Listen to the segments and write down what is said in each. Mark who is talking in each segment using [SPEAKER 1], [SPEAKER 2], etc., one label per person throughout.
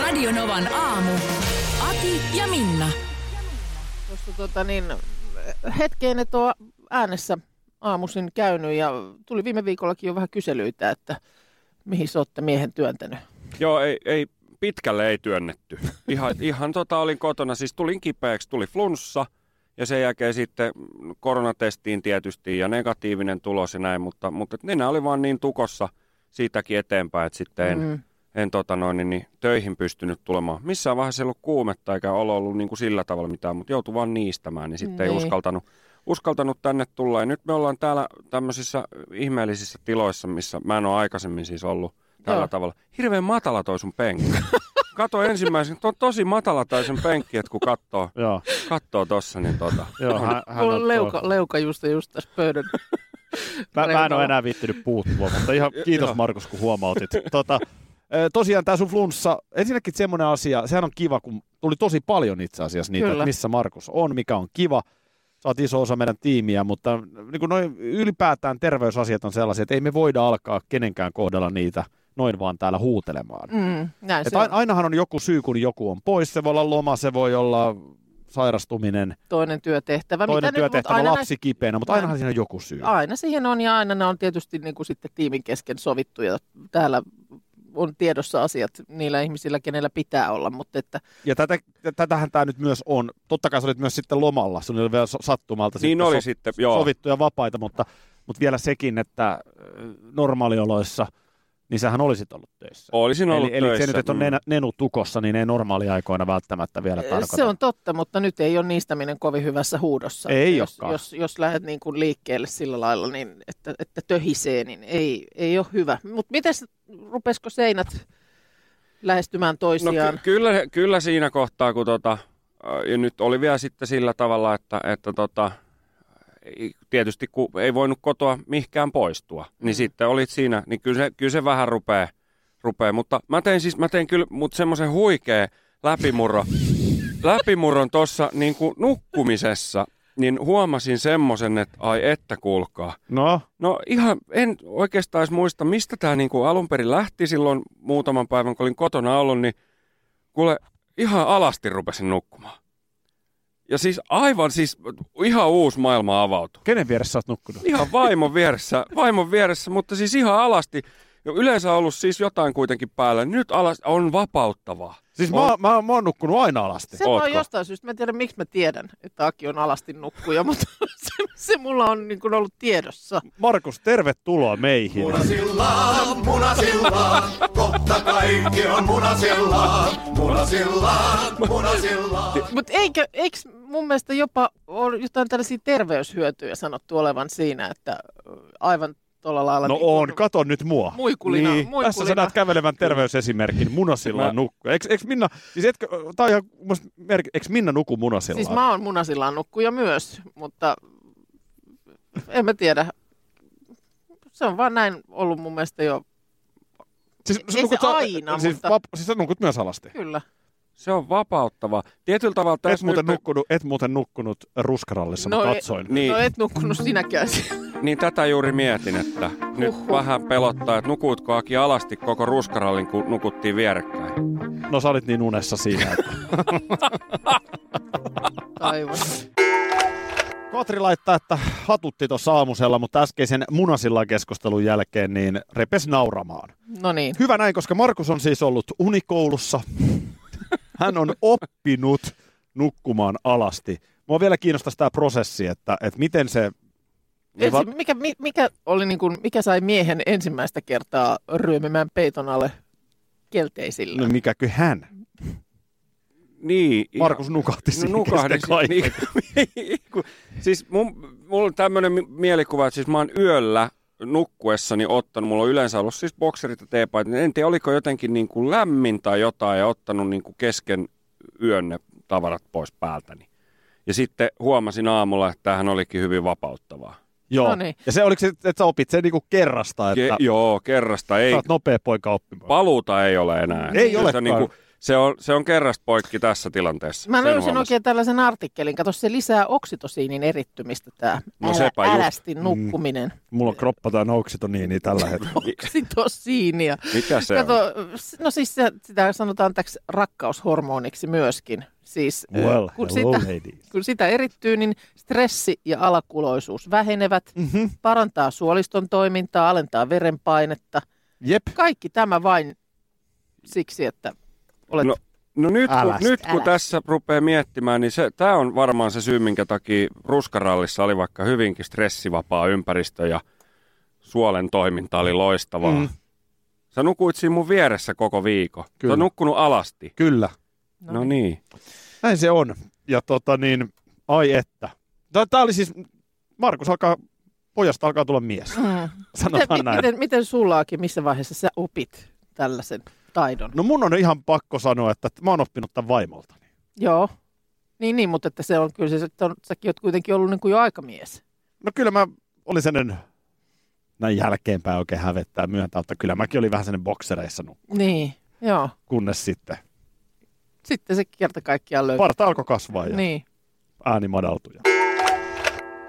[SPEAKER 1] Radionovan aamu. Ati ja Minna.
[SPEAKER 2] Tuossa tota niin, hetkeen et ole äänessä aamuisin käynyt ja tuli viime viikollakin jo vähän kyselyitä, että mihin sä olette miehen työntänyt.
[SPEAKER 3] Joo, ei, ei pitkälle ei työnnetty. Ihan, ihan tota, olin kotona, siis tulin kipeäksi, tuli flunssa ja sen jälkeen sitten koronatestiin tietysti ja negatiivinen tulos ja näin, mutta, mutta nenä oli vaan niin tukossa siitäkin eteenpäin, että sitten en,
[SPEAKER 2] Mm.
[SPEAKER 3] mm. en tota noin, niin, niin, töihin pystynyt tulemaan. Missään vaiheessa ei ollut kuumetta eikä olo ollut niin kuin sillä tavalla mitään, mutta joutui vaan niistämään, niin sitten
[SPEAKER 2] Niin.
[SPEAKER 3] ei uskaltanut, uskaltanut tänne tulla. Ja nyt me ollaan täällä tämmöisissä ihmeellisissä tiloissa, missä mä en ole aikaisemmin siis ollut tällä
[SPEAKER 2] Joo.
[SPEAKER 3] Joo. tavalla. Hirveän matala toi sun penkki. Kato ensimmäisen, to on tosi matala toi sen penkki, että kun katsoo,
[SPEAKER 4] Joo,
[SPEAKER 3] katsoo tossa, niin tota,
[SPEAKER 4] joo hän, hän
[SPEAKER 2] Mulla on
[SPEAKER 4] on
[SPEAKER 2] leuka,
[SPEAKER 4] tuo-
[SPEAKER 2] leuka just, just tässä pöydän.
[SPEAKER 4] mä, mä en
[SPEAKER 2] reunalla.
[SPEAKER 4] ole enää viittinyt puuttua, mutta ihan kiitos
[SPEAKER 3] Joo.
[SPEAKER 4] Markus, kun huomautit. Tota, ö, tosiaan tämä sun flunssa, ensinnäkin semmoinen asia, sehän on kiva, kun tuli tosi paljon itse asiassa niitä,
[SPEAKER 2] Kyllä.
[SPEAKER 4] että missä Markus on, mikä on kiva. Sä oot iso osa meidän tiimiä, mutta niin kuin noin ylipäätään terveysasiat on sellaisia, että ei me voida alkaa kenenkään kohdalla niitä noin vaan täällä huutelemaan.
[SPEAKER 2] Mm, näin
[SPEAKER 4] Et
[SPEAKER 2] se on.
[SPEAKER 4] ain- ainahan on joku syy, kun joku on pois. Se voi olla loma, se voi olla sairastuminen,
[SPEAKER 2] Toinen työtehtävä.
[SPEAKER 4] toinen
[SPEAKER 2] Mitä nyt, mutta
[SPEAKER 4] työtehtävä,
[SPEAKER 2] aina
[SPEAKER 4] lapsi kipeänä, mutta
[SPEAKER 2] Näin.
[SPEAKER 4] ainahan siinä on joku syy.
[SPEAKER 2] Näin, aina siihen on ja aina ne on tietysti niin kuin sitten tiimin kesken sovittu ja täällä on tiedossa asiat niillä ihmisillä, kenellä pitää olla, mutta että
[SPEAKER 4] Ja tätä, tätähän tämä nyt myös on. Totta kai sä olit myös sitten lomalla, se oli vielä so- sattumalta
[SPEAKER 3] niin
[SPEAKER 4] sitten
[SPEAKER 3] oli
[SPEAKER 4] so-
[SPEAKER 3] sitten, joo.
[SPEAKER 4] sovittuja vapaita, mutta, mutta vielä sekin, että äh, normaalioloissa, niin sähän olisit ollut töissä.
[SPEAKER 3] Olisin ollut
[SPEAKER 4] eli, eli
[SPEAKER 3] töissä.
[SPEAKER 4] se nyt, että on
[SPEAKER 3] Mm.
[SPEAKER 4] nenä- nenu tukossa, niin ei normaaliaikoina välttämättä vielä tarkoita.
[SPEAKER 2] se on totta, mutta nyt ei ole niistäminen kovin hyvässä huudossa.
[SPEAKER 4] Ei
[SPEAKER 2] Että jos,
[SPEAKER 4] olekaan.
[SPEAKER 2] jos, jos lähdet niin kuin liikkeelle sillä lailla, niin että, että töhisee, niin ei, ei ole hyvä. Mutta miten rupesko seinät lähestymään toisiaan?
[SPEAKER 3] No, ky- kyllä, kyllä siinä kohtaa, kun tota, ää, ja nyt oli vielä sitten sillä tavalla, että, että tota, ei- tietysti kun ei voinut kotoa mihkään poistua, niin
[SPEAKER 2] Mm.
[SPEAKER 3] sitten olit siinä, niin kyllä se, kyllä se vähän rupeaa, rupee. mutta mä tein siis, mä tein kyllä, mutta semmoisen huikea läpimurro, läpimurron tuossa niin kuin nukkumisessa, niin huomasin semmoisen, että ai että kuulkaa,
[SPEAKER 4] No,
[SPEAKER 3] No ihan, en oikeastaan edes muista, mistä tämä niinku alun perin lähti silloin muutaman päivän, kun olin kotona ollut, niin kuule, ihan alasti rupesin nukkumaan. Ja siis aivan siis, ihan uusi maailma avautui.
[SPEAKER 4] kenen vieressä sä oot nukkunut?
[SPEAKER 3] Ihan vaimon vieressä, vaimon vieressä, mutta siis ihan alasti. Jo yleensä ollut siis jotain kuitenkin päällä. Nyt alas on vapauttavaa.
[SPEAKER 4] Siis mä, mä, mä, oon nukkunut aina alasti.
[SPEAKER 2] Se mä oon
[SPEAKER 3] Ootko?
[SPEAKER 2] jostain syystä, mä en tiedä miksi mä tiedän, että Aki on alasti nukkuja, mutta se, se mulla on niin kuin ollut tiedossa.
[SPEAKER 4] Markus, tervetuloa meihin.
[SPEAKER 5] Munasillaan, munasillaan, kohta kaikki on munasillaan. Munasillaan, munasillaan.
[SPEAKER 2] Mutta eikö, eikö mun mielestä jopa ole jotain tällaisia terveyshyötyjä sanottu olevan siinä, että aivan tuolla lailla...
[SPEAKER 4] No
[SPEAKER 2] niin kuin-
[SPEAKER 4] on, kato nyt mua.
[SPEAKER 2] Muikulina,
[SPEAKER 4] niin.
[SPEAKER 2] muikulina.
[SPEAKER 4] Tässä sä näet kävelevän terveysesimerkin, munasillaan
[SPEAKER 3] Mä-
[SPEAKER 4] nukkua. Eikö, eikö Minna, siis etkö, tää on ihan, must, merk, eikö Minna nuku munasillaan?
[SPEAKER 2] Siis mä oon munasillaan nukkuja myös, mutta en mä tiedä. Se on vaan näin ollut mun mielestä jo,
[SPEAKER 4] siis,
[SPEAKER 2] ei se aina,
[SPEAKER 4] siis,
[SPEAKER 2] mutta-
[SPEAKER 4] vap, siis sä nukut myös alasti.
[SPEAKER 2] kyllä.
[SPEAKER 3] Se on vapauttavaa. Tietyllä tavalla
[SPEAKER 4] Et
[SPEAKER 3] tässä
[SPEAKER 4] muuten,
[SPEAKER 3] nyt,
[SPEAKER 4] nukkunut, et muuten nukkunut ruskarallissa,
[SPEAKER 2] No
[SPEAKER 4] mä
[SPEAKER 2] ei-
[SPEAKER 4] katsoin.
[SPEAKER 3] niin,
[SPEAKER 2] No et nukkunut sinäkään.
[SPEAKER 3] Niin tätä juuri mietin, että nyt vähän pelottaa, että nukuutko Aki alasti koko ruskarallin, kun nukuttiin vierekkäin.
[SPEAKER 4] No sä olit niin unessa siinä. Että.
[SPEAKER 2] Aivan.
[SPEAKER 4] Katri laittaa, että hatutti tuossa aamusella, mutta äskeisen munasillaan keskustelun jälkeen niin repes nauramaan.
[SPEAKER 2] No niin.
[SPEAKER 4] Hyvä näin, koska Markus on siis ollut unikoulussa. Hän on oppinut nukkumaan alasti. Mua vielä kiinnostaisi tämä prosessi, että, että miten se...
[SPEAKER 3] Niin,
[SPEAKER 2] Ensi, mikä, mi- mikä, oli niin kuin, mikä sai miehen ensimmäistä kertaa ryömimään peiton alle kelteisillä?
[SPEAKER 4] No mikäkö hän?
[SPEAKER 3] Niin. ja-
[SPEAKER 4] Markus nukahti siinä
[SPEAKER 3] nukahdin niin.
[SPEAKER 4] kesken kaiken.
[SPEAKER 3] si- niin, kun- siis mun, mulla on tämmöinen mielikuva, että siis mä oon yöllä nukkuessani ottanut, mulla on yleensä ollut siis bokserit ja teepaita, niin en tiedä oliko jotenkin niin kuin lämmin tai jotain ja ottanut niin kuin kesken yön ne tavarat pois päältäni. Ja sitten huomasin aamulla, että tämähän olikin hyvin vapauttavaa.
[SPEAKER 4] Joo.
[SPEAKER 2] Noniin.
[SPEAKER 4] Ja se oliko se, että sä opit sen niinku kerrasta, että
[SPEAKER 3] Ke- joo, kerrasta ei.
[SPEAKER 4] sä oot nopea poika oppimaan.
[SPEAKER 3] Paluuta ei ole enää.
[SPEAKER 4] Ei
[SPEAKER 3] se,
[SPEAKER 4] olekaan.
[SPEAKER 3] on niinku- se, on, se on kerrasta poikki tässä tilanteessa.
[SPEAKER 2] Mä
[SPEAKER 3] sen
[SPEAKER 2] löysin
[SPEAKER 3] huomasin.
[SPEAKER 2] oikein tällaisen artikkelin. Kato, se lisää oksitosiinin erittymistä tämä
[SPEAKER 3] No
[SPEAKER 2] älä,
[SPEAKER 3] sepä just.
[SPEAKER 2] älästi nukkuminen.
[SPEAKER 4] Mulla on kroppa tai niin tällä hetkellä.
[SPEAKER 2] Oksitosiinia.
[SPEAKER 3] Mikä se
[SPEAKER 2] Kato,
[SPEAKER 3] on?
[SPEAKER 2] s- no siis se, sitä sanotaan täksi rakkaushormoniksi myöskin. Siis, eh,
[SPEAKER 4] Well,
[SPEAKER 2] kun,
[SPEAKER 4] hello
[SPEAKER 2] sitä,
[SPEAKER 4] ladies.
[SPEAKER 2] kun sitä erittyy, niin stressi ja alakuloisuus vähenevät, mm-hmm. parantaa suoliston toimintaa, alentaa verenpainetta.
[SPEAKER 4] Jep.
[SPEAKER 2] Kaikki tämä vain siksi, että olet...
[SPEAKER 3] No, No nyt,
[SPEAKER 4] Älä
[SPEAKER 3] kun, nyt kun
[SPEAKER 2] älä.
[SPEAKER 3] tässä rupeaa miettimään, niin tämä on varmaan se syy, minkä takia ruskarallissa oli vaikka hyvinkin stressivapaa ympäristö ja suolen toiminta oli loistavaa.
[SPEAKER 4] Mm.
[SPEAKER 3] Mm. Sä nukuit siinä mun vieressä koko viikon. Kyllä. Sä
[SPEAKER 4] Kyllä.
[SPEAKER 3] on nukkunut alasti.
[SPEAKER 4] Kyllä.
[SPEAKER 3] No, no niin.
[SPEAKER 4] Näin se on. Ja tota niin, ai että. Tämä oli siis, Markus alkaa, pojasta alkaa tulla mies.
[SPEAKER 2] Mm.
[SPEAKER 4] Sanotaan
[SPEAKER 2] Miten,
[SPEAKER 4] niin. näin.
[SPEAKER 2] miten, miten sullaakin, missä vaiheessa sä opit tällaisen taidon?
[SPEAKER 4] No mun on ihan pakko sanoa, että mä oon oppinut tämän vaimoltani.
[SPEAKER 2] Joo. Niin, niin, mutta että se on kyllä se, että on, säkin oot kuitenkin ollut niin kuin jo aikamies.
[SPEAKER 4] No kyllä mä olin sellainen, näin jälkeenpäin oikein hävettää myöntää, että kyllä mäkin olin vähän sellainen boksereissa nu-
[SPEAKER 2] Niin, joo.
[SPEAKER 4] kunnes sitten.
[SPEAKER 2] Sitten se kerta kaikkiaan löytyy.
[SPEAKER 4] Parta alkoi kasvaa ja
[SPEAKER 2] Niin.
[SPEAKER 4] ääni madaltui. ja-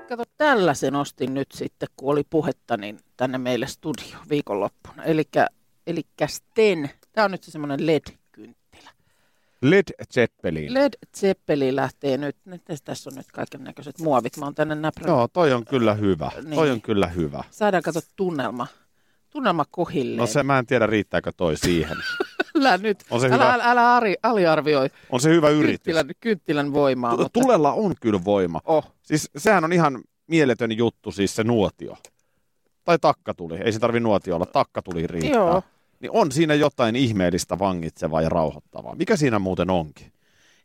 [SPEAKER 2] Kato, tällaisen ostin nyt sitten, kun oli puhetta, niin tänne meille studio viikonloppuna. Elikkä, elikkä Sten. Tämä on nyt se semmoinen LED-kynttilä.
[SPEAKER 4] Led Zeppelin.
[SPEAKER 2] Led Zeppeli lähtee nyt. nyt tässä on nyt kaiken näköiset muovit. Mä oon tänne näprännyt.
[SPEAKER 4] Joo, toi on kyllä hyvä.
[SPEAKER 2] Niin.
[SPEAKER 4] Toi on kyllä hyvä.
[SPEAKER 2] Saadaan kato tunnelma. Tunnelma kohilleen.
[SPEAKER 4] No se, mä en tiedä riittääkö toi siihen.
[SPEAKER 2] Älä nyt.
[SPEAKER 4] On se
[SPEAKER 2] älä,
[SPEAKER 4] hyvä,
[SPEAKER 2] älä, älä ari, aliarvioi
[SPEAKER 4] on se hyvä yritys.
[SPEAKER 2] kynttilän, kynttilän voimaa.
[SPEAKER 4] Tu-
[SPEAKER 2] Ah, mutta-
[SPEAKER 4] Tulella on kyllä voima.
[SPEAKER 2] Oh.
[SPEAKER 4] Siis sehän on ihan mieletön juttu, siis se nuotio. Tai takkatuli. Ei se tarvi nuotio olla, takkatuli riittää.
[SPEAKER 2] Joo.
[SPEAKER 4] Niin on siinä jotain ihmeellistä, vangitsevaa ja rauhoittavaa. Mikä siinä muuten onkin?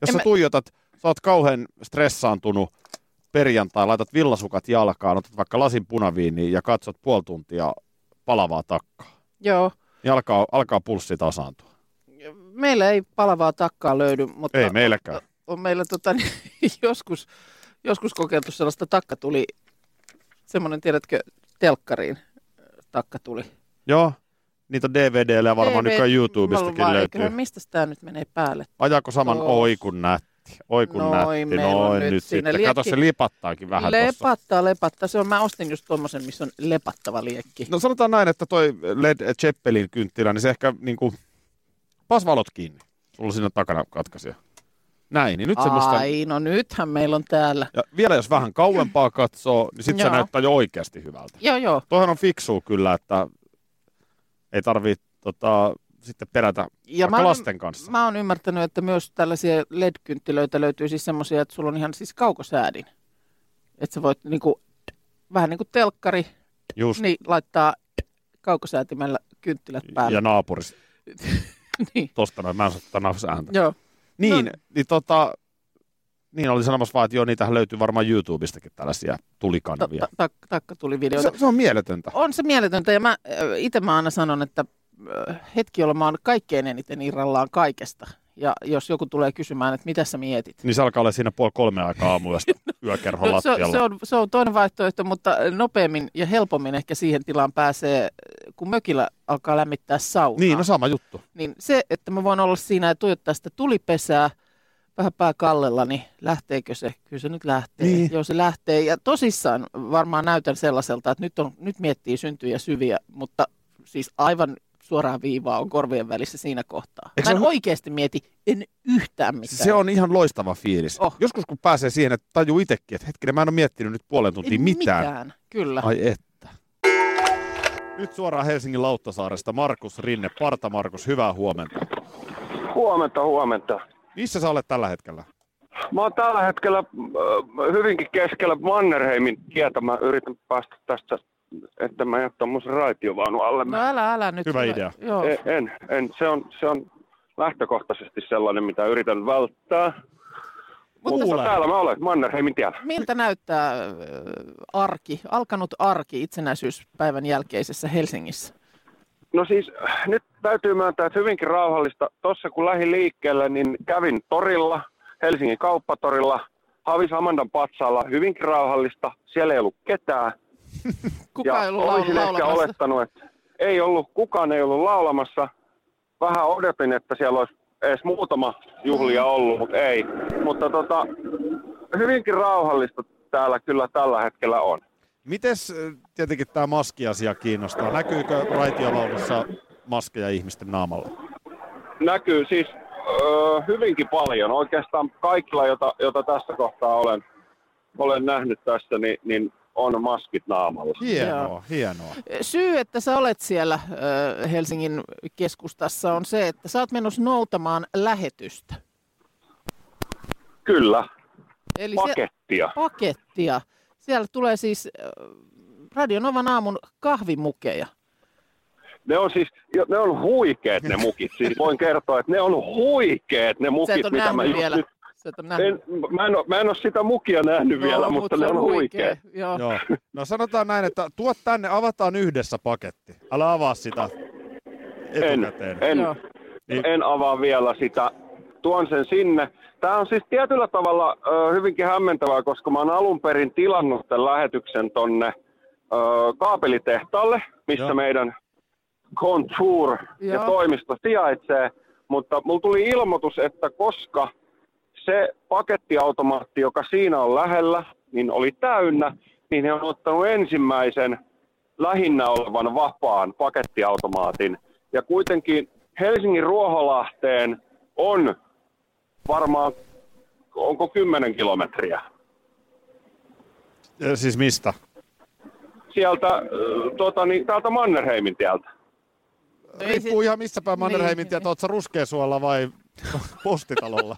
[SPEAKER 4] Jos
[SPEAKER 2] En
[SPEAKER 4] sä
[SPEAKER 2] mä-
[SPEAKER 4] tuijotat, sä oot kauhean stressaantunut perjantai, laitat villasukat jalkaan, otat vaikka lasin punaviiniä ja katsot puoli tuntia palavaa takkaa.
[SPEAKER 2] Joo.
[SPEAKER 4] Niin alkaa, alkaa pulssi tasaantua.
[SPEAKER 2] Meillä ei palavaa takkaa löydy, mutta
[SPEAKER 4] Ei meilläkään.
[SPEAKER 2] on meillä tota, niin, joskus, joskus kokeiltu sellaista takka tuli, semmoinen tiedätkö, telkkariin äh, takka tuli.
[SPEAKER 4] Joo. Niitä on DVDllä ja varmaan nykyään YouTubestakin löytyy.
[SPEAKER 2] Mistä tämä nyt menee päälle?
[SPEAKER 4] Ajako saman
[SPEAKER 2] Tos.
[SPEAKER 4] oi kun nätti, oi kun
[SPEAKER 2] Noin,
[SPEAKER 4] nätti,
[SPEAKER 2] meillä on
[SPEAKER 4] noin
[SPEAKER 2] nyt
[SPEAKER 4] nyt,
[SPEAKER 2] siinä
[SPEAKER 4] sitten. Kato,
[SPEAKER 2] liekki-
[SPEAKER 4] se lipattaakin vähän tuossa.
[SPEAKER 2] lepattaa, lepattaa. Se on, mä ostin just tuommoisen, missä on lepattava liekki.
[SPEAKER 4] No sanotaan näin, että toi Led Zeppelin kynttilä, niin se ehkä niinku, pas valot kiinni. Sulla on siinä takana katkaisia. Näin, niin nyt semmoista,
[SPEAKER 2] Ai, no nythän meillä on täällä.
[SPEAKER 4] ja vielä jos vähän kauempaa katsoo, niin sit se
[SPEAKER 2] Joo.
[SPEAKER 4] näyttää jo oikeasti hyvältä.
[SPEAKER 2] Joo, joo.
[SPEAKER 4] Toihan on fiksuu kyllä, että ei tarvii tota, sitten pelätä
[SPEAKER 2] Ja
[SPEAKER 4] vaikka
[SPEAKER 2] mä, olen-
[SPEAKER 4] lasten kanssa.
[SPEAKER 2] mä oon ymmärtänyt, että myös tällaisia LED-kynttilöitä löytyy siis semmoisia, että sulla on ihan siis kaukosäädin. Että sä voit niinku, vähän niin kuin telkkari,
[SPEAKER 4] Just,
[SPEAKER 2] Niin, laittaa kaukosäätimellä kynttilät päälle.
[SPEAKER 4] ja naapurissa.
[SPEAKER 2] niin.
[SPEAKER 4] Tosta noin, mä en saa tätä nafsääntä.
[SPEAKER 2] Joo.
[SPEAKER 4] Niin,
[SPEAKER 2] No-
[SPEAKER 4] no. niin tota, niin oli sanomassa vaan, että joo, niitähän löytyy varmaan YouTubestakin tällaisia
[SPEAKER 2] Ta-
[SPEAKER 4] tulikanavia.
[SPEAKER 2] ta- tak- takka tuli videota.
[SPEAKER 4] Se, se on mieletöntä.
[SPEAKER 2] On se mieletöntä ja mä itse mä aina sanon, että ö, hetki, jolloin mä oon kaikkein eniten irrallaan kaikesta. Ja jos joku tulee kysymään, että mitä sä mietit.
[SPEAKER 4] Niin se alkaa olla siinä puoli kolme aikaa aamuyöstä yökerhon
[SPEAKER 2] No, se, on-
[SPEAKER 4] lattialla.
[SPEAKER 2] se, on, se on toinen vaihtoehto, mutta nopeammin ja helpommin ehkä siihen tilaan pääsee, kun mökillä alkaa lämmittää saunaa.
[SPEAKER 4] Niin, no sama juttu.
[SPEAKER 2] niin se, että mä voin olla siinä ja tuijottaa sitä tulipesää vähän pää kallella, niin lähteekö se? Kyllä se nyt lähtee.
[SPEAKER 4] Niin.
[SPEAKER 2] Joo, se lähtee. Ja tosissaan varmaan näytän sellaiselta, että nyt, on, nyt miettii syntyjä syviä, mutta siis aivan suoraan viivaa on korvien välissä siinä kohtaa.
[SPEAKER 4] Eikö
[SPEAKER 2] Eikö mä
[SPEAKER 4] se
[SPEAKER 2] en
[SPEAKER 4] ole-
[SPEAKER 2] oikeasti mieti, en yhtään mitään.
[SPEAKER 4] Se on ihan loistava fiilis.
[SPEAKER 2] Oh.
[SPEAKER 4] Oh. Joskus kun pääsee siihen, että tajuu itsekin, että hetkinen, mä en ole miettinyt nyt puolen
[SPEAKER 2] En
[SPEAKER 4] tuntia mitään. mitään.
[SPEAKER 2] Kyllä. Ai.
[SPEAKER 4] Ai että. Nyt suoraan Helsingin Lauttasaaresta Markus Rinne. Parta Markus, hyvää huomenta.
[SPEAKER 6] Huomenta, huomenta.
[SPEAKER 4] Missä sä olet tällä hetkellä?
[SPEAKER 6] Mä oon tällä hetkellä äh, hyvinkin keskellä Mannerheimin tietä. Mä yritän päästä tästä, että mä en ole tommosen raitiovaunun alle.
[SPEAKER 2] No älä, älä nyt.
[SPEAKER 4] Hyvä
[SPEAKER 2] Sulla-
[SPEAKER 4] idea.
[SPEAKER 2] Joo.
[SPEAKER 3] Eh.
[SPEAKER 6] En, en, en. Se, on, se on lähtökohtaisesti sellainen, mitä yritän välttää.
[SPEAKER 2] Mutta
[SPEAKER 4] Kuulen.
[SPEAKER 3] Täällä mä olen, Mannerheimin tiellä.
[SPEAKER 2] miltä näyttää ö, arki, alkanut arki itsenäisyyspäivän jälkeisessä Helsingissä?
[SPEAKER 3] No siis äh, nyt täytyy myöntää, että hyvinkin rauhallista. Tuossa kun lähdin liikkeelle, niin kävin torilla, Helsingin kauppatorilla, Havis Amandan patsaalla, hyvinkin rauhallista. Siellä ei ollut ketään.
[SPEAKER 2] Kuka ei ollut
[SPEAKER 3] olisin
[SPEAKER 2] laul-
[SPEAKER 3] ehkä
[SPEAKER 2] laulamassa?
[SPEAKER 3] olettanut, että ei ollut, kukaan ei ollut laulamassa. Vähän odotin, että siellä olisi edes muutama
[SPEAKER 2] Mm.
[SPEAKER 3] juhlia ollut, mutta ei. Mutta tota, hyvinkin rauhallista täällä kyllä tällä hetkellä on.
[SPEAKER 4] Mites äh, tietenkin tämä maskiasia kiinnostaa? Näkyykö raitiovaunussa maskeja ihmisten naamalla?
[SPEAKER 3] näkyy siis öö, hyvinkin paljon. Oikeastaan kaikilla, jota, jota tässä kohtaa olen, olen nähnyt tässä, niin, niin on maskit naamalla.
[SPEAKER 4] Hienoa,
[SPEAKER 2] Joo.
[SPEAKER 4] hienoa.
[SPEAKER 2] Syy, että sä olet siellä ö, Helsingin keskustassa on se, että sä oot menossa noutamaan lähetystä.
[SPEAKER 3] Kyllä,
[SPEAKER 2] Eli se,
[SPEAKER 3] pakettia.
[SPEAKER 2] pakettia. Siellä tulee siis ö, Radionovan aamun kahvimukeja.
[SPEAKER 3] Ne on siis, jo- ne on huikeet ne mukit. Siis voin kertoa, että ne on huikeet ne
[SPEAKER 2] Sä et
[SPEAKER 3] mukit,
[SPEAKER 2] ole
[SPEAKER 3] mitä mä
[SPEAKER 2] nähnyt
[SPEAKER 3] just
[SPEAKER 2] vielä.
[SPEAKER 3] nyt...
[SPEAKER 2] Sä et ole nähnyt.
[SPEAKER 3] En, mä, en ole, mä en ole sitä mukia nähnyt
[SPEAKER 2] No,
[SPEAKER 3] vielä,
[SPEAKER 2] mut
[SPEAKER 3] mutta
[SPEAKER 2] se
[SPEAKER 3] ne on
[SPEAKER 2] huikea.
[SPEAKER 3] huikeet.
[SPEAKER 2] Joo.
[SPEAKER 4] Joo. No sanotaan näin, että tuot tänne, avataan yhdessä paketti. Älä avaa sitä
[SPEAKER 3] En,
[SPEAKER 4] etukäteen.
[SPEAKER 3] en,
[SPEAKER 2] Joo.
[SPEAKER 4] Niin.
[SPEAKER 3] en avaa vielä sitä. Tuon sen sinne. Tämä on siis tietyllä tavalla ö, hyvinkin hämmentävää, koska mä oon alun perin tilannut tämän lähetyksen tonne ö, kaapelitehtaalle, missä
[SPEAKER 4] Joo.
[SPEAKER 3] meidän Contour ja
[SPEAKER 2] Joo.
[SPEAKER 3] toimisto sijaitsee. Mutta mulla tuli ilmoitus, että koska se pakettiautomaatti, joka siinä on lähellä, niin oli täynnä, niin he on ottanut ensimmäisen lähinnä olevan vapaan pakettiautomaatin. Ja kuitenkin Helsingin Ruoholahteen on varmaan, onko 10 kilometriä.
[SPEAKER 4] Ja Siis mistä?
[SPEAKER 3] Sieltä, äh, tota, niin, täältä Mannerheimin tieltä.
[SPEAKER 2] Ei
[SPEAKER 4] Riippuu
[SPEAKER 2] se-
[SPEAKER 4] ihan missä päin Mannerheimin
[SPEAKER 2] Niin.
[SPEAKER 4] tietä, oot sä ruskeasuolla vai postitalolla?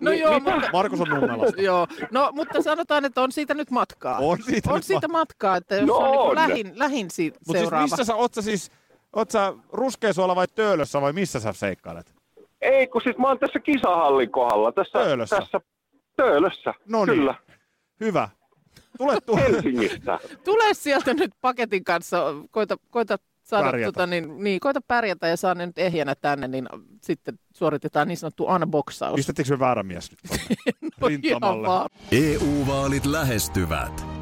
[SPEAKER 2] No
[SPEAKER 4] Niin,
[SPEAKER 2] joo, mutta,
[SPEAKER 4] Markus on Nunnalasta.
[SPEAKER 2] joo, no, mutta sanotaan, että on siitä nyt matkaa.
[SPEAKER 4] On siitä
[SPEAKER 2] on
[SPEAKER 4] nyt
[SPEAKER 2] siitä
[SPEAKER 4] ma-
[SPEAKER 2] matkaa, että jos
[SPEAKER 3] No
[SPEAKER 2] on, niin
[SPEAKER 3] on.
[SPEAKER 2] lähin, lähin si-
[SPEAKER 4] Mutta siis
[SPEAKER 2] seuraava.
[SPEAKER 4] missä sä, oot sä siis, oot sä ruskeasuolla vai töölössä vai missä sä seikkailet?
[SPEAKER 3] Ei, kun siis mä oon tässä kisahallin kohdalla. Tässä,
[SPEAKER 4] Töölössä.
[SPEAKER 3] Tässä, töölössä,
[SPEAKER 4] No niin.
[SPEAKER 3] kyllä,
[SPEAKER 4] Hyvä. Tule, tule.
[SPEAKER 3] Helsingissä.
[SPEAKER 2] Tule sieltä nyt paketin kanssa, koita, koita saada,
[SPEAKER 4] Pärjätä.
[SPEAKER 2] tota, niin, niin, koita pärjätä ja saa ne nyt ehjänä tänne, niin sitten suoritetaan niin sanottu unboxaus.
[SPEAKER 4] Pistettiinkö me väärä mies nyt tonne?
[SPEAKER 2] No ihan
[SPEAKER 4] rintamalle?
[SPEAKER 2] vaan.
[SPEAKER 7] EU-vaalit E lähestyvät.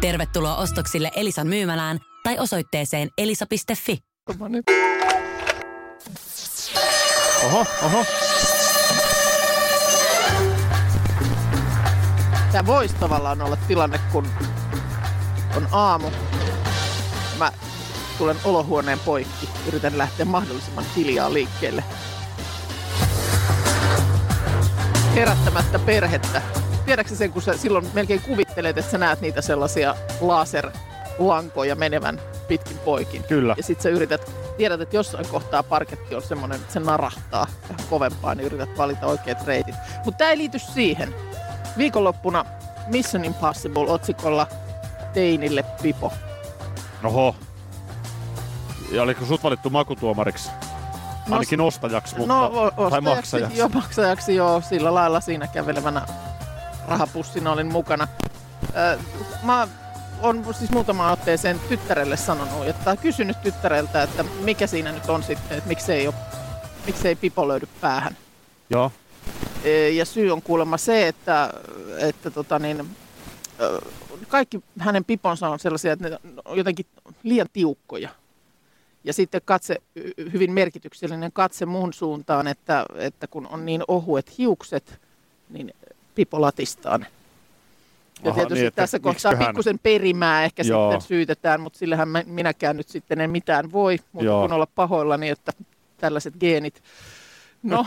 [SPEAKER 8] Tervetuloa ostoksille Elisan myymälään tai osoitteeseen elisa.fi.
[SPEAKER 2] Mä nyt-
[SPEAKER 4] Oho, oho.
[SPEAKER 2] Tämä voisi tavallaan olla tilanne, kun on aamu. Mä tulen olohuoneen poikki. Yritän lähteä mahdollisimman hiljaa liikkeelle. Herättämättä perhettä. Tiedätkö sen, kun sä silloin melkein kuvittelet, että sä näet niitä sellaisia laserlankoja menevän pitkin poikin.
[SPEAKER 4] Kyllä.
[SPEAKER 2] Ja sit sä yrität, tiedät, että jossain kohtaa parketti on semmoinen, että se narahtaa vähän kovempaa, niin yrität valita oikeat reitit. Mutta tämä ei liity siihen. Viikonloppuna Mission Impossible-otsikolla teinille pipo.
[SPEAKER 4] Oho. Ja oliko sut valittu makutuomariksi? Ainakin ostajaksi, mutta...
[SPEAKER 2] no, o-
[SPEAKER 4] tai
[SPEAKER 2] ostajaksi,
[SPEAKER 4] maksajaksi.
[SPEAKER 2] Joo, maksajaksi joo, sillä lailla siinä kävelevänä rahapussina olin mukana. Ö, mä on siis muutama otteeseen tyttärelle sanonut, että kysynyt tyttäreltä, että mikä siinä nyt on sitten, että miksei, ole, miksei pipo löydy päähän.
[SPEAKER 4] Joo.
[SPEAKER 2] Ö, Ja syy on kuulemma se, että, että tota niin, ö, kaikki hänen piponsa on sellaisia, että ne on jotenkin liian tiukkoja. Ja sitten katse, y- y- hyvin merkityksellinen katse mun suuntaan, että, että kun on niin ohuet hiukset, niin pipo latistaa ne. Ja
[SPEAKER 4] Aha,
[SPEAKER 2] tietysti
[SPEAKER 4] niin,
[SPEAKER 2] niin,
[SPEAKER 4] että
[SPEAKER 2] tässä kohtaa
[SPEAKER 4] miksiköhän-
[SPEAKER 2] pikkusen perimää ehkä
[SPEAKER 4] Joo.
[SPEAKER 2] Joo. sitten syytetään, mutta sillähän mä- minäkään nyt sitten en mitään voi,
[SPEAKER 4] Joo.
[SPEAKER 2] mutta kun olla pahoillani, että tällaiset geenit. No,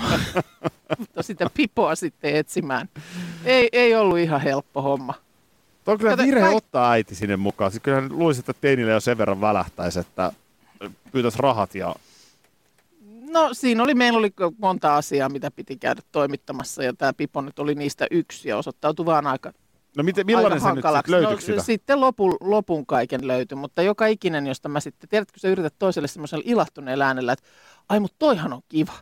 [SPEAKER 2] mutta sitä pipoa sitten etsimään. Ei, ei ollut ihan helppo homma.
[SPEAKER 4] Tuo on kyllä
[SPEAKER 2] Kato,
[SPEAKER 4] virhe
[SPEAKER 2] kaik-
[SPEAKER 4] ottaa äiti sinne mukaan. Siis kyllähän luulisi, että teinille jo sen verran välähtäisi, että pyytäisi rahat ja
[SPEAKER 2] No siinä oli, meillä oli monta asiaa, mitä piti käydä toimittamassa ja tämä pipo nyt oli niistä yksi ja osoittautui vaan aika
[SPEAKER 4] No miten, millainen
[SPEAKER 2] aika
[SPEAKER 4] se nyt sit
[SPEAKER 2] hankalaksi.
[SPEAKER 4] löytyykö
[SPEAKER 2] no,
[SPEAKER 4] sitä?
[SPEAKER 2] Sitten lopun, lopun kaiken löytyi, mutta joka ikinen, josta mä sitten, tiedätkö, kun sä yrität toiselle semmoisella ilahtuneella äänellä, että ai mut toihan on kiva.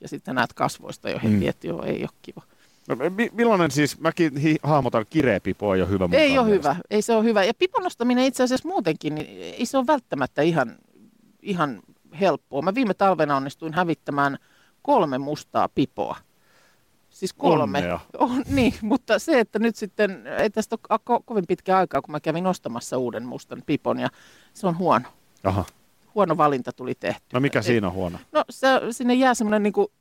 [SPEAKER 2] Ja sitten näet kasvoista jo heti,
[SPEAKER 4] Mm.
[SPEAKER 2] mm. että joo, ei ole kiva.
[SPEAKER 4] No, mi- millainen siis, mäkin hi- hahmotan kireepipo ei ole hyvä mukaan
[SPEAKER 2] ei ole
[SPEAKER 4] mielestä.
[SPEAKER 2] hyvä, ei se ole hyvä. Ja pipon nostaminen itse asiassa muutenkin, niin ei se ole välttämättä ihan, ihan helppoa. Mä viime talvena onnistuin hävittämään kolme mustaa pipoa. Siis kolme.
[SPEAKER 4] Onnea.
[SPEAKER 2] On, niin, mutta se, että nyt sitten, ei tästä ole ko- kovin pitkä aikaa, kun mä kävin nostamassa uuden mustan pipon ja se on huono.
[SPEAKER 4] Aha.
[SPEAKER 2] Huono valinta tuli tehty.
[SPEAKER 4] No mikä siinä on huono?
[SPEAKER 2] No se, sinne jää semmoinen niinku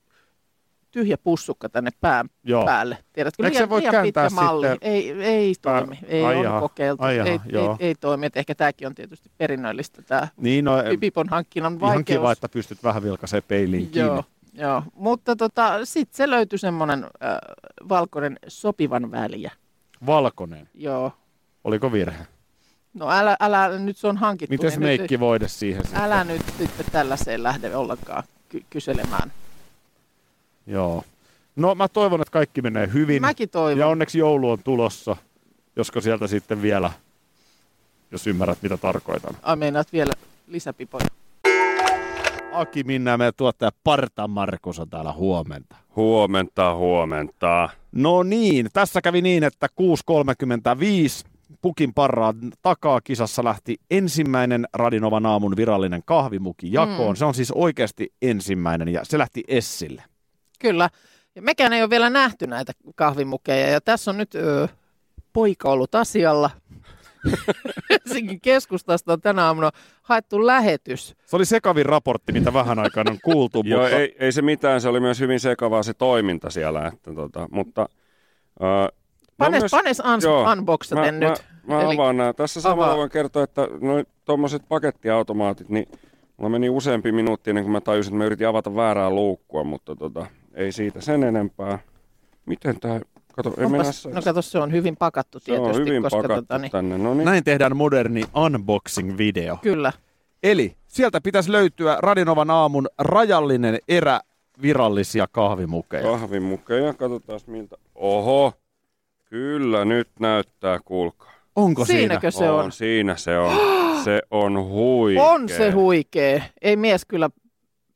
[SPEAKER 2] tyhjä pussukka tänne pään
[SPEAKER 4] Joo.
[SPEAKER 2] päälle. Tiedätkö,
[SPEAKER 4] Eikö se
[SPEAKER 2] liian,
[SPEAKER 4] voi
[SPEAKER 2] liian
[SPEAKER 4] kääntää
[SPEAKER 2] pitkä malli.
[SPEAKER 4] sitten-
[SPEAKER 2] Ei, ei
[SPEAKER 4] Pää-
[SPEAKER 2] toimi. Ei
[SPEAKER 4] Ai
[SPEAKER 2] ole
[SPEAKER 4] jaha,
[SPEAKER 2] kokeiltu.
[SPEAKER 4] ai jaha,
[SPEAKER 2] ei,
[SPEAKER 4] joo.
[SPEAKER 2] ei, ei toimi. Et ehkä tämäkin on tietysti perinnöllistä tämä
[SPEAKER 4] Niin, no em,
[SPEAKER 2] pipon hankkinnan
[SPEAKER 4] ihan
[SPEAKER 2] vaikeus.
[SPEAKER 4] kiva, että pystyt vähän vilkaiseen peiliin kiinni.
[SPEAKER 2] joo, joo, mutta tota, sitten se löytyi semmoinen äh, valkoinen sopivan väliä.
[SPEAKER 4] Valkoinen.
[SPEAKER 2] Joo.
[SPEAKER 4] Oliko virhe?
[SPEAKER 2] No älä, älä, nyt se on hankittu.
[SPEAKER 4] Miten
[SPEAKER 2] niin nyt-
[SPEAKER 4] meikki voide siihen? sitten?
[SPEAKER 2] Älä nyt sitten tällaiseen lähde ollenkaan ky- kyselemään.
[SPEAKER 4] Joo. No mä toivon, että kaikki menee hyvin.
[SPEAKER 2] Mäkin toivon.
[SPEAKER 4] Ja onneksi joulu on tulossa. Josko sieltä sitten vielä, jos ymmärrät mitä tarkoitan.
[SPEAKER 2] Ai meinaat vielä lisäpipoja.
[SPEAKER 4] Aki Minna, meidän tuottaja Parta Markus on täällä huomenta.
[SPEAKER 3] Huomenta, huomenta.
[SPEAKER 4] No niin, tässä kävi niin, että 6.35 pukin parraa takaa kisassa lähti ensimmäinen Radinovan aamun virallinen kahvimuki jakoon. Mm. Se on siis oikeasti ensimmäinen ja se lähti Essille.
[SPEAKER 2] Kyllä. Ja mekään ei ole vielä nähty näitä kahvimukeja. Ja tässä on nyt ö, poika ollut asialla. Helsingin keskustasta on tänä aamuna haettu lähetys.
[SPEAKER 4] Se oli sekavin raportti, mitä vähän aikaan on kuultu,
[SPEAKER 3] Joo,
[SPEAKER 4] mutta
[SPEAKER 3] ei, ei se mitään, se oli myös hyvin sekavaa se toiminta siellä, että tota, mutta... Ää,
[SPEAKER 2] Panes,
[SPEAKER 3] myös-
[SPEAKER 2] panes ans,
[SPEAKER 3] joo,
[SPEAKER 2] unboxaten
[SPEAKER 3] mä,
[SPEAKER 2] nyt.
[SPEAKER 3] Mä, mä
[SPEAKER 2] Eli-
[SPEAKER 3] avaan nämä. Tässä samalla
[SPEAKER 2] avaa.
[SPEAKER 3] voin kertoa, että noin tuommoiset pakettiautomaatit, niin mulla meni useampi minuutti ennen kuin mä tajusin, että mä yritin avata väärää luukkua, mutta tota, ei siitä sen enempää. Miten tämä... Kato, ei mennä
[SPEAKER 2] Onpas, no kato, se on hyvin pakattu
[SPEAKER 3] se
[SPEAKER 2] tietysti.
[SPEAKER 3] on hyvin
[SPEAKER 2] koska,
[SPEAKER 3] pakattu
[SPEAKER 2] tota, niin,
[SPEAKER 3] tänne. No niin.
[SPEAKER 4] näin tehdään moderni unboxing-video.
[SPEAKER 2] kyllä.
[SPEAKER 4] Eli sieltä pitäisi löytyä Radinovan aamun rajallinen erä virallisia kahvimukeja.
[SPEAKER 3] Kahvimukeja, katsotaan miltä. Oho, kyllä nyt näyttää, kuulkaa.
[SPEAKER 4] Onko siinä?
[SPEAKER 2] Siinäkö se on?
[SPEAKER 3] on? Siinä se on. Se on huikea.
[SPEAKER 2] On se huikee. Ei mies kyllä,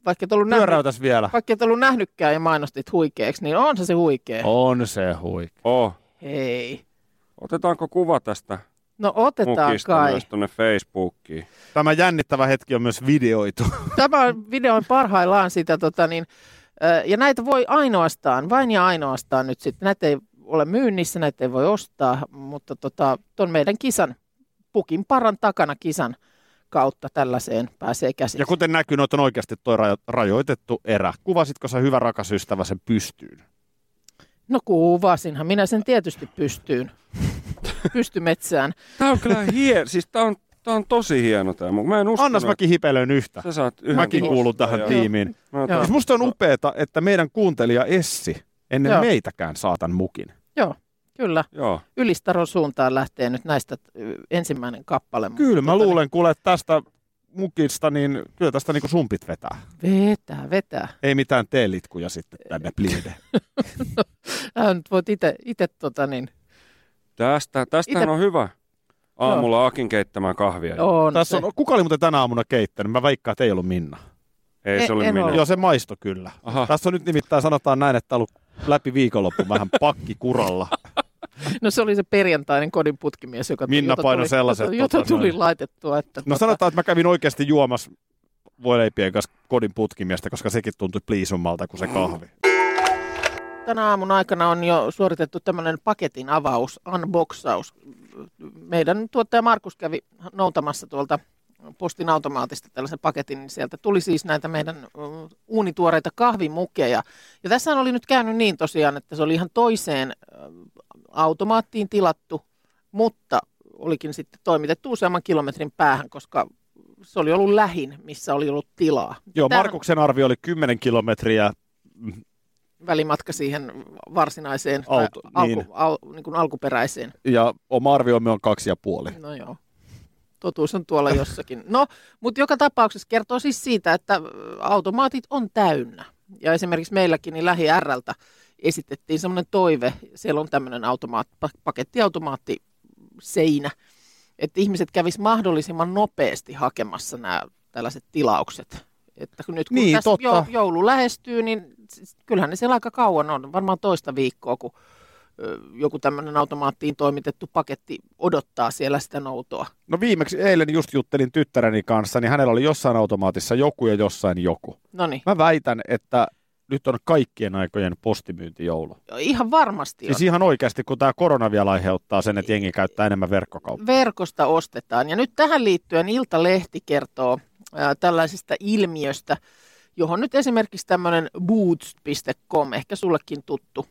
[SPEAKER 2] vaikka et ollut, nähnyt,
[SPEAKER 4] Pyöräytäs vielä.
[SPEAKER 2] vaikka et ollut nähnytkään ja mainostit huikeaksi, niin on se se huikee.
[SPEAKER 4] On se huikea.
[SPEAKER 3] Oh.
[SPEAKER 2] Hei.
[SPEAKER 3] Otetaanko kuva tästä
[SPEAKER 2] No otetaan
[SPEAKER 3] mukista
[SPEAKER 2] kai.
[SPEAKER 3] myös tuonne Facebookiin?
[SPEAKER 4] Tämä jännittävä hetki on myös videoitu.
[SPEAKER 2] Tämä video on parhaillaan sitä, tota, niin, ö, ja näitä voi ainoastaan, vain ja ainoastaan nyt sitten, näitä ei ole myynnissä, näitä ei voi ostaa, mutta tota, ton meidän kisan, pukin paran takana kisan kautta tällaiseen pääsee käsiksi.
[SPEAKER 4] Ja kuten näkyy, noita on oikeasti toi rajo- rajoitettu erä. Kuvasitko sä hyvä rakas ystävä sen pystyyn?
[SPEAKER 2] No kuvasinhan, minä sen tietysti pystyyn, pystymetsään.
[SPEAKER 3] Tämä on kyllä hieno, siis tämä on, tää on tosi hieno tämä. Mä en uskonut,
[SPEAKER 4] Annas mäkin hipelöin yhtä.
[SPEAKER 3] Sä saat yhden
[SPEAKER 4] Mäkin
[SPEAKER 3] tuosta
[SPEAKER 4] kuulun tähän
[SPEAKER 3] ja-
[SPEAKER 4] tiimiin.
[SPEAKER 3] Mä otan-
[SPEAKER 2] Joo.
[SPEAKER 4] Siis musta on upeeta, että meidän kuuntelija Essi ennen
[SPEAKER 2] Joo.
[SPEAKER 4] meitäkään saatan mukin.
[SPEAKER 2] Joo, kyllä.
[SPEAKER 3] Joo.
[SPEAKER 2] Ylistaron suuntaan lähtee nyt näistä ö, ensimmäinen kappale.
[SPEAKER 4] Kyllä, mä
[SPEAKER 2] Tota,
[SPEAKER 4] luulen, kuule tästä mukista, niin kyllä tästä niinku sumpit vetää.
[SPEAKER 2] Vetää, vetää.
[SPEAKER 4] Ei mitään teelitkuja sitten tänne pliide.
[SPEAKER 2] Äh, nyt voit itse tota niin,
[SPEAKER 3] Tästä, tästähän
[SPEAKER 2] Ite-
[SPEAKER 3] on hyvä. Aamulla Akin keittämään kahvia.
[SPEAKER 2] on
[SPEAKER 4] Tässä
[SPEAKER 2] se.
[SPEAKER 4] on, kuka oli muuten tänä aamuna keittänyt? Mä veikkaan, että ei ollut Minna.
[SPEAKER 3] Ei se
[SPEAKER 2] E- En-
[SPEAKER 3] ole
[SPEAKER 2] en
[SPEAKER 3] minä.
[SPEAKER 2] ole.
[SPEAKER 4] Joo, se maisto kyllä.
[SPEAKER 3] Aha.
[SPEAKER 4] Tässä on nyt nimittäin sanotaan näin, että on ollut läpi viikonloppu vähän pakkikuralla.
[SPEAKER 2] No se oli se perjantainen kodin putkimies, joka
[SPEAKER 4] Minna
[SPEAKER 2] jota
[SPEAKER 4] painoi
[SPEAKER 2] tuli,
[SPEAKER 4] sellaiset,
[SPEAKER 2] jota, jota
[SPEAKER 4] tota
[SPEAKER 2] tuli
[SPEAKER 4] noin.
[SPEAKER 2] laitettua. Että tota-
[SPEAKER 4] No sanotaan, että mä kävin oikeasti juomassa voileipien kanssa kodin putkimiestä, koska sekin tuntui pliisummalta kuin se kahvi.
[SPEAKER 2] Tänä aamun aikana on jo suoritettu tämmöinen paketin avaus, unboxaus. Meidän tuottaja Markus kävi noutamassa tuolta postin automaatista tällaisen paketin, niin sieltä tuli siis näitä meidän mm, uunituoreita kahvimukeja. Ja tässä oli nyt käynyt niin tosiaan, että se oli ihan toiseen ö, automaattiin tilattu, mutta olikin sitten toimitettu useamman kilometrin päähän, koska se oli ollut lähin, missä oli ollut tilaa.
[SPEAKER 4] Joo,
[SPEAKER 2] Tää-
[SPEAKER 4] Markuksen arvio oli 10 kilometriä.
[SPEAKER 2] välimatka siihen varsinaiseen
[SPEAKER 4] Auto-
[SPEAKER 2] Auto, alku,
[SPEAKER 4] niin.
[SPEAKER 2] al, niin kuin alkuperäiseen.
[SPEAKER 4] Ja oma arviomme on kaksi ja puoli.
[SPEAKER 2] No joo. Totuus on tuolla jossakin. No, mutta joka tapauksessa kertoo siis siitä, että ö, automaatit on täynnä. Ja esimerkiksi meilläkin niin lähi Rltä esitettiin semmoinen toive. Siellä on tämmöinen automaat, pa- pakettiautomaatti seinä, että ihmiset kävis mahdollisimman nopeasti hakemassa nämä tällaiset tilaukset. Että kun nyt kun
[SPEAKER 4] Niin,
[SPEAKER 2] tässä
[SPEAKER 4] totta.
[SPEAKER 2] jou- joulu lähestyy, niin s- kyllähän ne siellä aika kauan on, varmaan toista viikkoa, kun ö, joku tämmöinen automaattiin toimitettu paketti odottaa siellä sitä noutoa.
[SPEAKER 4] No viimeksi eilen just juttelin tyttäreni kanssa, niin hänellä oli jossain automaatissa joku ja jossain joku.
[SPEAKER 2] No niin,
[SPEAKER 4] Mä väitän, että nyt on kaikkien aikojen postimyyntijoulu.
[SPEAKER 2] ihan varmasti on.
[SPEAKER 4] Siis ihan oikeasti, kun tämä korona vielä aiheuttaa sen, että jengi käyttää enemmän verkkokauppaa.
[SPEAKER 2] Verkosta ostetaan. Ja nyt tähän liittyen Iltalehti kertoo ää, tällaisesta ilmiöstä, johon nyt esimerkiksi tämmöinen boots.com, ehkä sullekin tuttu,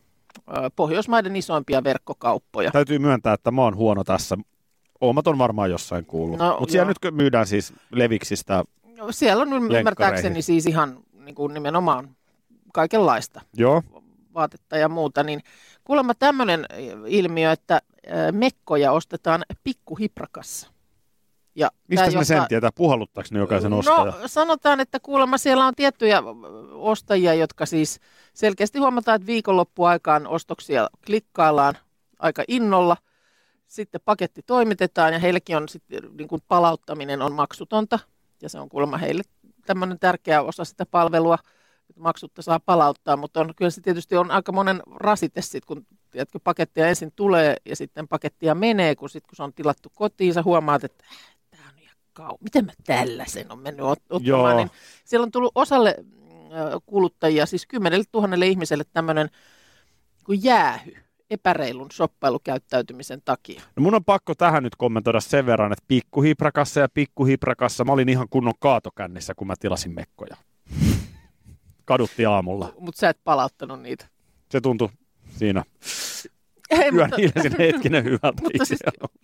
[SPEAKER 2] ää, Pohjoismaiden isoimpia verkkokauppoja.
[SPEAKER 4] Täytyy myöntää, että mä oon huono tässä. Oomat on varmaan jossain kuullut.
[SPEAKER 2] No,
[SPEAKER 4] No, Mutta siellä
[SPEAKER 2] joo.
[SPEAKER 4] nyt kun myydään siis leviksistä.
[SPEAKER 2] No, Siellä on ymmär- ymmärtääkseni siis ihan niin kuin nimenomaan kaikenlaista.
[SPEAKER 4] Joo.
[SPEAKER 2] vaatetta ja muuta, niin kuulemma tämmöinen ilmiö, että ö, mekkoja ostetaan pikkuhiprakassa. Ja
[SPEAKER 4] Mistä
[SPEAKER 2] tää
[SPEAKER 4] ne sen
[SPEAKER 2] johtaa-
[SPEAKER 4] tietää? Puhalluttaako ne jokaisen ostaja?
[SPEAKER 2] No sanotaan, että kuulemma siellä on tiettyjä ostajia, jotka siis selkeästi huomataan, että viikonloppuaikaan ostoksia klikkaillaan aika innolla. Sitten paketti toimitetaan ja heillekin on sitten niin kuin palauttaminen on maksutonta ja se on kuulemma heille tämmöinen tärkeä osa sitä palvelua, että maksutta saa palauttaa, mutta on, kyllä se tietysti on aika monen rasite sit, kun tiedätkö, pakettia ensin tulee ja sitten pakettia menee, kun, sit, kun se on tilattu kotiin, sä huomaat, että tämä on ihan kau. Miten mä tällaisen on mennyt ot- ottamaan,
[SPEAKER 4] Joo.
[SPEAKER 2] niin siellä on tullut osalle mm, kuluttajia, siis kymmenelle tuhannelle ihmiselle tämmöinen kuin jäähy epäreilun shoppailukäyttäytymisen takia.
[SPEAKER 4] No mun on pakko tähän nyt kommentoida sen verran, että pikkuhiprakassa ja pikkuhiprakassa mä olin ihan kunnon kaatokännissä, kun mä tilasin mekkoja. Kadutti aamulla.
[SPEAKER 2] Mutta sä et palauttanut niitä.
[SPEAKER 4] Se tuntui siinä
[SPEAKER 2] Ei,
[SPEAKER 4] yön hiilesin hetkinen hyvältä.
[SPEAKER 2] Mutta siis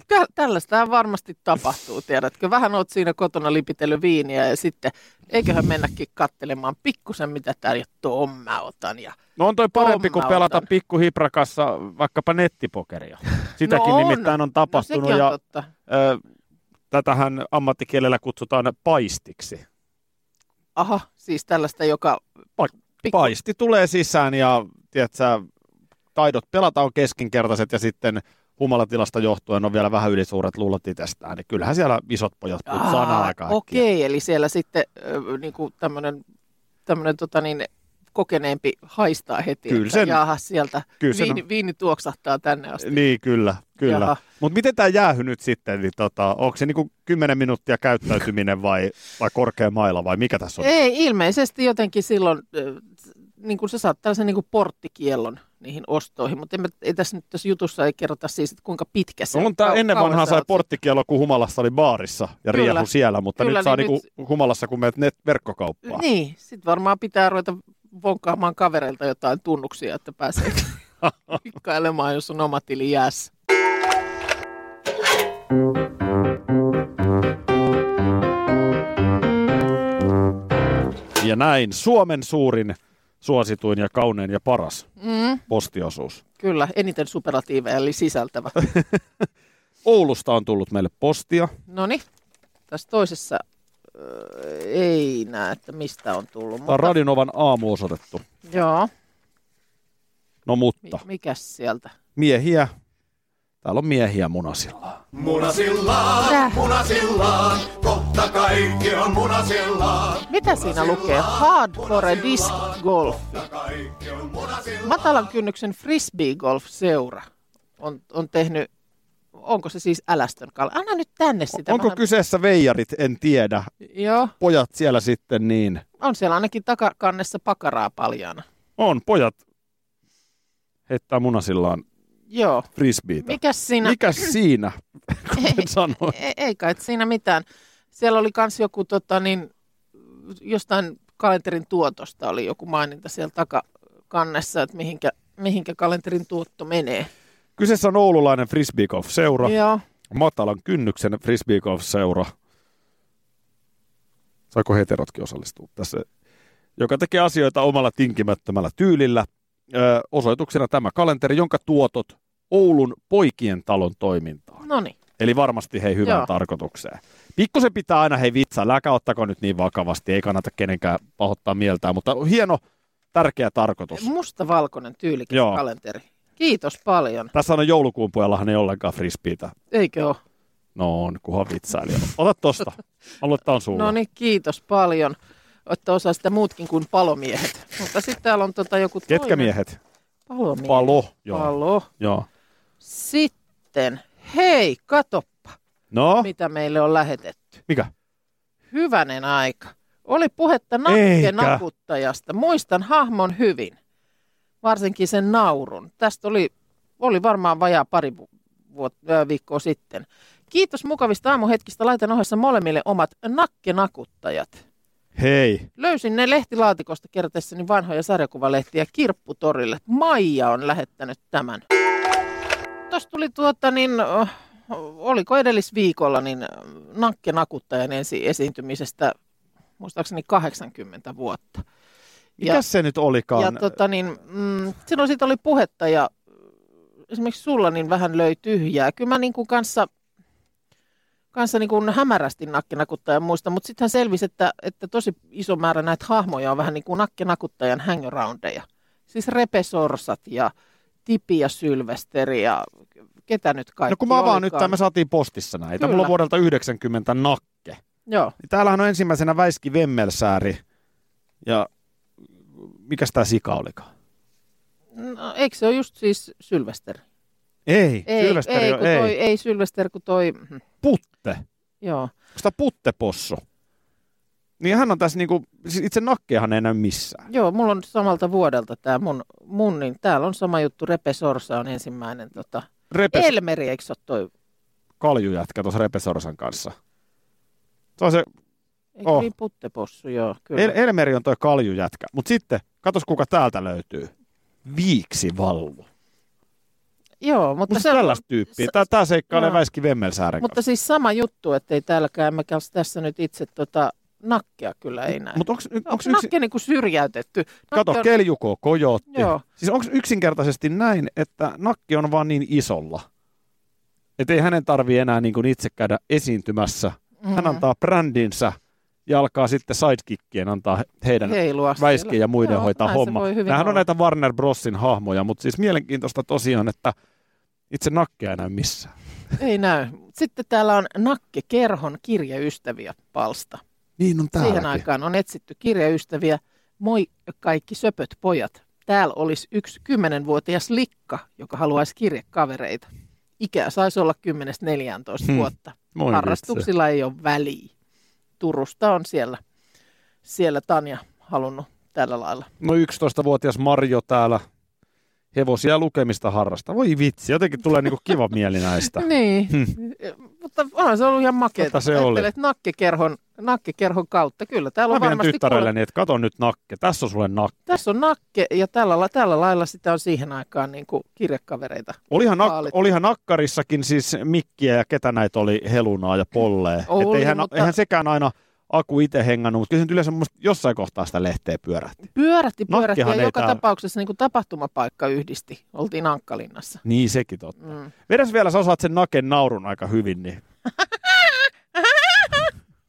[SPEAKER 2] tä- tällaistähän varmasti tapahtuu, tiedätkö. Vähän oot siinä kotona lipitellyt viiniä ja sitten eiköhän mennäkin kattelemaan pikkusen, mitä täällä jo tuon mä otan. Ja...
[SPEAKER 4] No on toi parempi kuin
[SPEAKER 2] Tomma
[SPEAKER 4] pelata
[SPEAKER 2] otan.
[SPEAKER 4] pikkuhiprakassa vaikkapa nettipokeria. Sitäkin
[SPEAKER 2] No on.
[SPEAKER 4] nimittäin on
[SPEAKER 2] No
[SPEAKER 4] tapahtunut
[SPEAKER 2] sekin on
[SPEAKER 4] ja
[SPEAKER 2] totta.
[SPEAKER 4] ö, tätähän ammattikielellä kutsutaan paistiksi.
[SPEAKER 2] Aha, siis tällaista, joka...
[SPEAKER 4] Pa-
[SPEAKER 2] pikku-
[SPEAKER 4] Paisti tulee sisään ja tiedätkö, taidot pelata on keskinkertaiset ja sitten humalatilasta johtuen on vielä vähän ylisuuret luulot itsestään. Niin kyllähän siellä isot pojat putsaan
[SPEAKER 2] Aa,
[SPEAKER 4] aikaa.
[SPEAKER 2] Okei, eli siellä sitten äh, niinku tämmöinen tämmönen, tota niin, kokeneempi haistaa heti.
[SPEAKER 4] Kyllä
[SPEAKER 2] että
[SPEAKER 4] sen-
[SPEAKER 2] Jaha, sieltä
[SPEAKER 4] kyllä sen
[SPEAKER 2] viini, viini, tuoksahtaa tänne asti.
[SPEAKER 4] Niin, kyllä, kyllä.
[SPEAKER 2] Jaha.
[SPEAKER 4] Mutta miten tämä jäähy nyt sitten, niin tota, onko se niinku 10 minuuttia käyttäytyminen vai, vai korkea maila vai mikä tässä on?
[SPEAKER 2] Ei, ilmeisesti jotenkin silloin, ö, niin kuin sä saat tällaisen niin kuin porttikiellon niihin ostoihin, mutta emme, ei tässä nyt tässä jutussa ei kerrota siis, että kuinka pitkä se
[SPEAKER 4] No
[SPEAKER 2] on.
[SPEAKER 4] on tää
[SPEAKER 2] Kau-
[SPEAKER 4] ennen
[SPEAKER 2] kauan
[SPEAKER 4] vanhaa
[SPEAKER 2] sä
[SPEAKER 4] sai
[SPEAKER 2] oot-
[SPEAKER 4] porttikielo, kun humalassa oli baarissa ja
[SPEAKER 2] Kyllä.
[SPEAKER 4] riehu siellä, mutta
[SPEAKER 2] Kyllä,
[SPEAKER 4] nyt saa
[SPEAKER 2] niin
[SPEAKER 4] niinku humalassa, kun menet net- verkkokauppaan.
[SPEAKER 2] Niin, sit varmaan pitää ruveta vonkaamaan kavereilta jotain tunnuksia, että pääsee kikkailemaan, jos on oma tili jäässä.
[SPEAKER 4] Ja näin, Suomen suurin, suosituin ja kaunein ja paras postiosuus.
[SPEAKER 2] Kyllä, eniten superlatiiveja, eli sisältävä.
[SPEAKER 4] Oulusta on tullut meille postia.
[SPEAKER 2] No niin, tässä toisessa ö, ei näe, että mistä on tullut.
[SPEAKER 4] Tämä on Radinovan aamu osoitettu.
[SPEAKER 2] joo,
[SPEAKER 4] No
[SPEAKER 2] mi-
[SPEAKER 4] mutta,
[SPEAKER 2] mikäs sieltä?
[SPEAKER 4] miehiä. Täällä on miehiä munasillaan.
[SPEAKER 5] Munasillaan,
[SPEAKER 2] Tää.
[SPEAKER 5] munasillaan, kohta kaikki on munasillaan.
[SPEAKER 2] Mitä siinä lukee? Hardcore disc golf. Matalan kynnyksen frisbee golf seura on, on tehnyt, onko se siis älästön kala? Anna nyt tänne sitä.
[SPEAKER 4] Onko
[SPEAKER 2] vähän-
[SPEAKER 4] kyseessä veijarit? En tiedä.
[SPEAKER 2] Joo,
[SPEAKER 4] Pojat siellä sitten niin.
[SPEAKER 2] on siellä ainakin takakannessa pakaraa paljaana.
[SPEAKER 4] On, pojat heittää munasillaan
[SPEAKER 2] Joo.
[SPEAKER 4] frisbeitä.
[SPEAKER 2] Mikäs siinä?
[SPEAKER 4] Mikäs siinä, kuten sanoin.
[SPEAKER 2] Ei, ei kai siinä mitään. Siellä oli kans joku tota, niin, jostain kalenterin tuotosta oli joku maininta siellä takakannessa, että mihinkä, mihinkä kalenterin tuotto menee.
[SPEAKER 4] Kyseessä on oululainen frisbeegolf-seura,
[SPEAKER 2] Joo.
[SPEAKER 4] matalan kynnyksen frisbeegolf-seura. Saiko heterotkin osallistua tässä? Joka tekee asioita omalla tinkimättömällä tyylillä. Ö, osoituksena tämä kalenteri, jonka tuotot Oulun poikien talon toimintaan.
[SPEAKER 2] No niin.
[SPEAKER 4] Eli varmasti hei hyvään Joo.
[SPEAKER 2] Joo.
[SPEAKER 4] tarkoitukseen. Pikkusen pitää aina hei vitsaa, läkä ottako nyt niin vakavasti, ei kannata kenenkään pahoittaa mieltään, mutta hieno, tärkeä tarkoitus.
[SPEAKER 2] Mm. Mustavalkoinen tyylikäs
[SPEAKER 4] Joo.
[SPEAKER 2] kalenteri. Kiitos paljon.
[SPEAKER 4] Tässä on joulukuun pojallahan ei ollenkaan frisbeitä.
[SPEAKER 2] Eikö ole?
[SPEAKER 4] No on, kunhan vitsailija. Ota tosta. Aloittaa on sulla.
[SPEAKER 2] No niin, kiitos paljon. Olette osaa sitä muutkin kuin palomiehet. Mutta sitten täällä on tota joku
[SPEAKER 4] Ketkä
[SPEAKER 2] toinen.
[SPEAKER 4] miehet?
[SPEAKER 2] Palomiehet.
[SPEAKER 4] Palo. Joo.
[SPEAKER 2] Palo.
[SPEAKER 4] Joo.
[SPEAKER 2] Sitten, hei, katoppa,
[SPEAKER 4] No,
[SPEAKER 2] mitä meille on lähetetty.
[SPEAKER 4] mikä?
[SPEAKER 2] Hyvänen aika. Oli puhetta nakkenakuttajasta. Muistan hahmon hyvin. Varsinkin sen naurun. Tästä oli, oli varmaan vajaa pari vu- vuot- ö, viikkoa sitten. Kiitos mukavista aamuhetkistä. Laitan ohessa molemmille omat nakkenakuttajat.
[SPEAKER 4] Hei.
[SPEAKER 2] Löysin ne lehtilaatikosta kertessäni vanhoja sarjakuvalehtiä Kirpputorille. Maija on lähettänyt tämän. Tuossa tuli tuota niin, ö, oliko edellisviikolla niin ö, Nakke Nakuttajan ensi esiintymisestä muistaakseni 80 vuotta.
[SPEAKER 4] Mikä se nyt olikaan?
[SPEAKER 2] ja tota niin, mm, silloin siitä oli puhetta ja mm, esimerkiksi sulla niin vähän löi tyhjää. Kyllä mä niin kuin kanssa, kanssa niin kuin hämärästi nakkenakuttajan muista, mutta sittenhän selvisi, että, että tosi iso määrä näitä hahmoja on vähän niin kuin nakkenakuttajan hangaroundeja. Siis repesorsat ja tipi ja sylvesteri ja ketä nyt kaikki
[SPEAKER 4] No kun mä avaan nyt,
[SPEAKER 2] olikaan.
[SPEAKER 4] tämän me saatiin postissa näitä. Mulla on
[SPEAKER 2] Kyllä.
[SPEAKER 4] vuodelta 90 nakke.
[SPEAKER 2] Joo,
[SPEAKER 4] Täällähän on ensimmäisenä Väiski Vemmelsääri. Ja mikäs tää sika olikaan?
[SPEAKER 2] no, eikö se ole just siis sylvesteri?
[SPEAKER 4] Ei,
[SPEAKER 2] Ei,
[SPEAKER 4] Sylvesteri
[SPEAKER 2] ei,
[SPEAKER 4] on-
[SPEAKER 2] kun
[SPEAKER 4] ei.
[SPEAKER 2] Toi, ei sylvester, kun toi, mm,
[SPEAKER 4] Putte.
[SPEAKER 2] joo.
[SPEAKER 4] Onko tää Puttepossu? Niin hän on tässä niinku, siis itse nakkeahan ei näy missään.
[SPEAKER 2] Joo, mulla on samalta vuodelta tämä mun, mun, niin täällä on sama juttu, Repe Sorsa on ensimmäinen. Tota,
[SPEAKER 4] Repes
[SPEAKER 2] Elmeri, eikö se ole toi?
[SPEAKER 4] kaljujätkä tuossa Repesorsan kanssa. Se on se,
[SPEAKER 2] Eikö
[SPEAKER 4] Oh.
[SPEAKER 2] oh. niin puttepossu, joo, kyllä.
[SPEAKER 4] El- Elmeri on toi kaljujätkä. Mutta sitten, katos kuka täältä löytyy. Viiksi vallu.
[SPEAKER 2] joo, mutta,
[SPEAKER 4] Mutta
[SPEAKER 2] se, on,
[SPEAKER 4] tällaista tyyppiä. Tää, tää seikkailee
[SPEAKER 2] Joo.
[SPEAKER 4] Väiski Vemmelsäären
[SPEAKER 2] mutta siis sama juttu, ettei täälläkään, mä käs- tässä nyt itse tota, nakkea kyllä ei näe.
[SPEAKER 4] Mutta onko
[SPEAKER 2] onko
[SPEAKER 4] yksi...
[SPEAKER 2] nakke niinku syrjäytetty?
[SPEAKER 4] Kato,
[SPEAKER 2] Nakke on-
[SPEAKER 4] keljuko, kojotti.
[SPEAKER 2] Joo.
[SPEAKER 4] Siis onko yksinkertaisesti näin, että nakki on vaan niin isolla, että ei hänen tarvi enää niin kuin itse käydä esiintymässä. Mm. Hän antaa brändinsä ja alkaa sitten sidekickien antaa heidän
[SPEAKER 2] heilua
[SPEAKER 4] Väiske
[SPEAKER 2] siellä.
[SPEAKER 4] ja muiden
[SPEAKER 2] Joo,
[SPEAKER 4] Joo, hoitaa
[SPEAKER 2] näin se
[SPEAKER 4] homma.
[SPEAKER 2] voi hyvin
[SPEAKER 4] Nämähän on
[SPEAKER 2] olla.
[SPEAKER 4] näitä Warner Brosin hahmoja, mutta siis mielenkiintoista tosiaan, että itse nakkeja ei näy missään.
[SPEAKER 2] Ei näy. Sitten täällä on Nakke Kerhon kirjeystäviä palsta.
[SPEAKER 4] Niin on
[SPEAKER 2] Siihen
[SPEAKER 4] täälläkin.
[SPEAKER 2] aikaan on etsitty kirjaystäviä. Moi kaikki söpöt pojat. Täällä olisi yksi kymmenenvuotias likka, joka haluaisi kirjekavereita. Ikää saisi olla 10-14
[SPEAKER 4] Hmm.
[SPEAKER 2] vuotta.
[SPEAKER 4] Moi vitsi.
[SPEAKER 2] Harrastuksilla ei ole väliä. Turusta on siellä, siellä Tanja halunnut tällä lailla.
[SPEAKER 4] No 11-vuotias Marjo täällä hevosia ja lukemista harrastaa. Voi vitsi, jotenkin tulee niinku kiva mieli näistä.
[SPEAKER 2] Niin, mutta onhan se ollut ihan makeeta.
[SPEAKER 4] Hmm. Totta se oli.
[SPEAKER 2] Ajattelet nakkekerhon, nakkekerhon kautta. Kyllä, täällä
[SPEAKER 4] Mä
[SPEAKER 2] on
[SPEAKER 4] vien
[SPEAKER 2] varmasti kuule-
[SPEAKER 4] tyttärelleni, että kato nyt nakke, tässä on sulle nakke.
[SPEAKER 2] Tässä on nakke ja tällä, la- tällä lailla sitä on siihen aikaan niin kuin kirjekavereita.
[SPEAKER 4] Olihan, nak-
[SPEAKER 2] Vaalit.
[SPEAKER 4] olihan nakkarissakin siis mikkiä ja ketä näitä oli helunaa ja pollee.
[SPEAKER 2] Oli,
[SPEAKER 4] Et eihän,
[SPEAKER 2] mutta-
[SPEAKER 4] eihän sekään aina Aku itse hengannut, mutta kyllä se nyt yleensä mun mielestä jossain kohtaa sitä lehteä pyörähti.
[SPEAKER 2] Pyörähti, pyörähti
[SPEAKER 4] Nakkihan
[SPEAKER 2] ja
[SPEAKER 4] ei
[SPEAKER 2] joka
[SPEAKER 4] täällä-
[SPEAKER 2] tapauksessa niin kuin tapahtumapaikka yhdisti. Oltiin Ankkalinnassa.
[SPEAKER 4] Niin sekin totta.
[SPEAKER 2] Mm.
[SPEAKER 4] Vedäs vielä, sä osaat sen naken naurun aika hyvin, niin... Okei,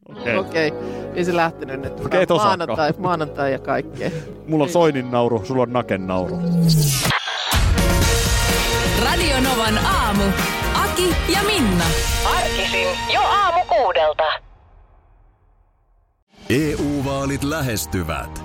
[SPEAKER 4] okay.
[SPEAKER 2] Okei, ei se lähtenyt nyt.
[SPEAKER 4] Okei, et osaakaan.
[SPEAKER 2] maanantai, maanantai ja kaikkea.
[SPEAKER 4] mulla on soinin nauru, sulla on naken nauru.
[SPEAKER 1] Radio Novan aamu. Aki ja Minna.
[SPEAKER 9] Arkisin jo aamu kuudelta.
[SPEAKER 7] EU-vaalit E lähestyvät.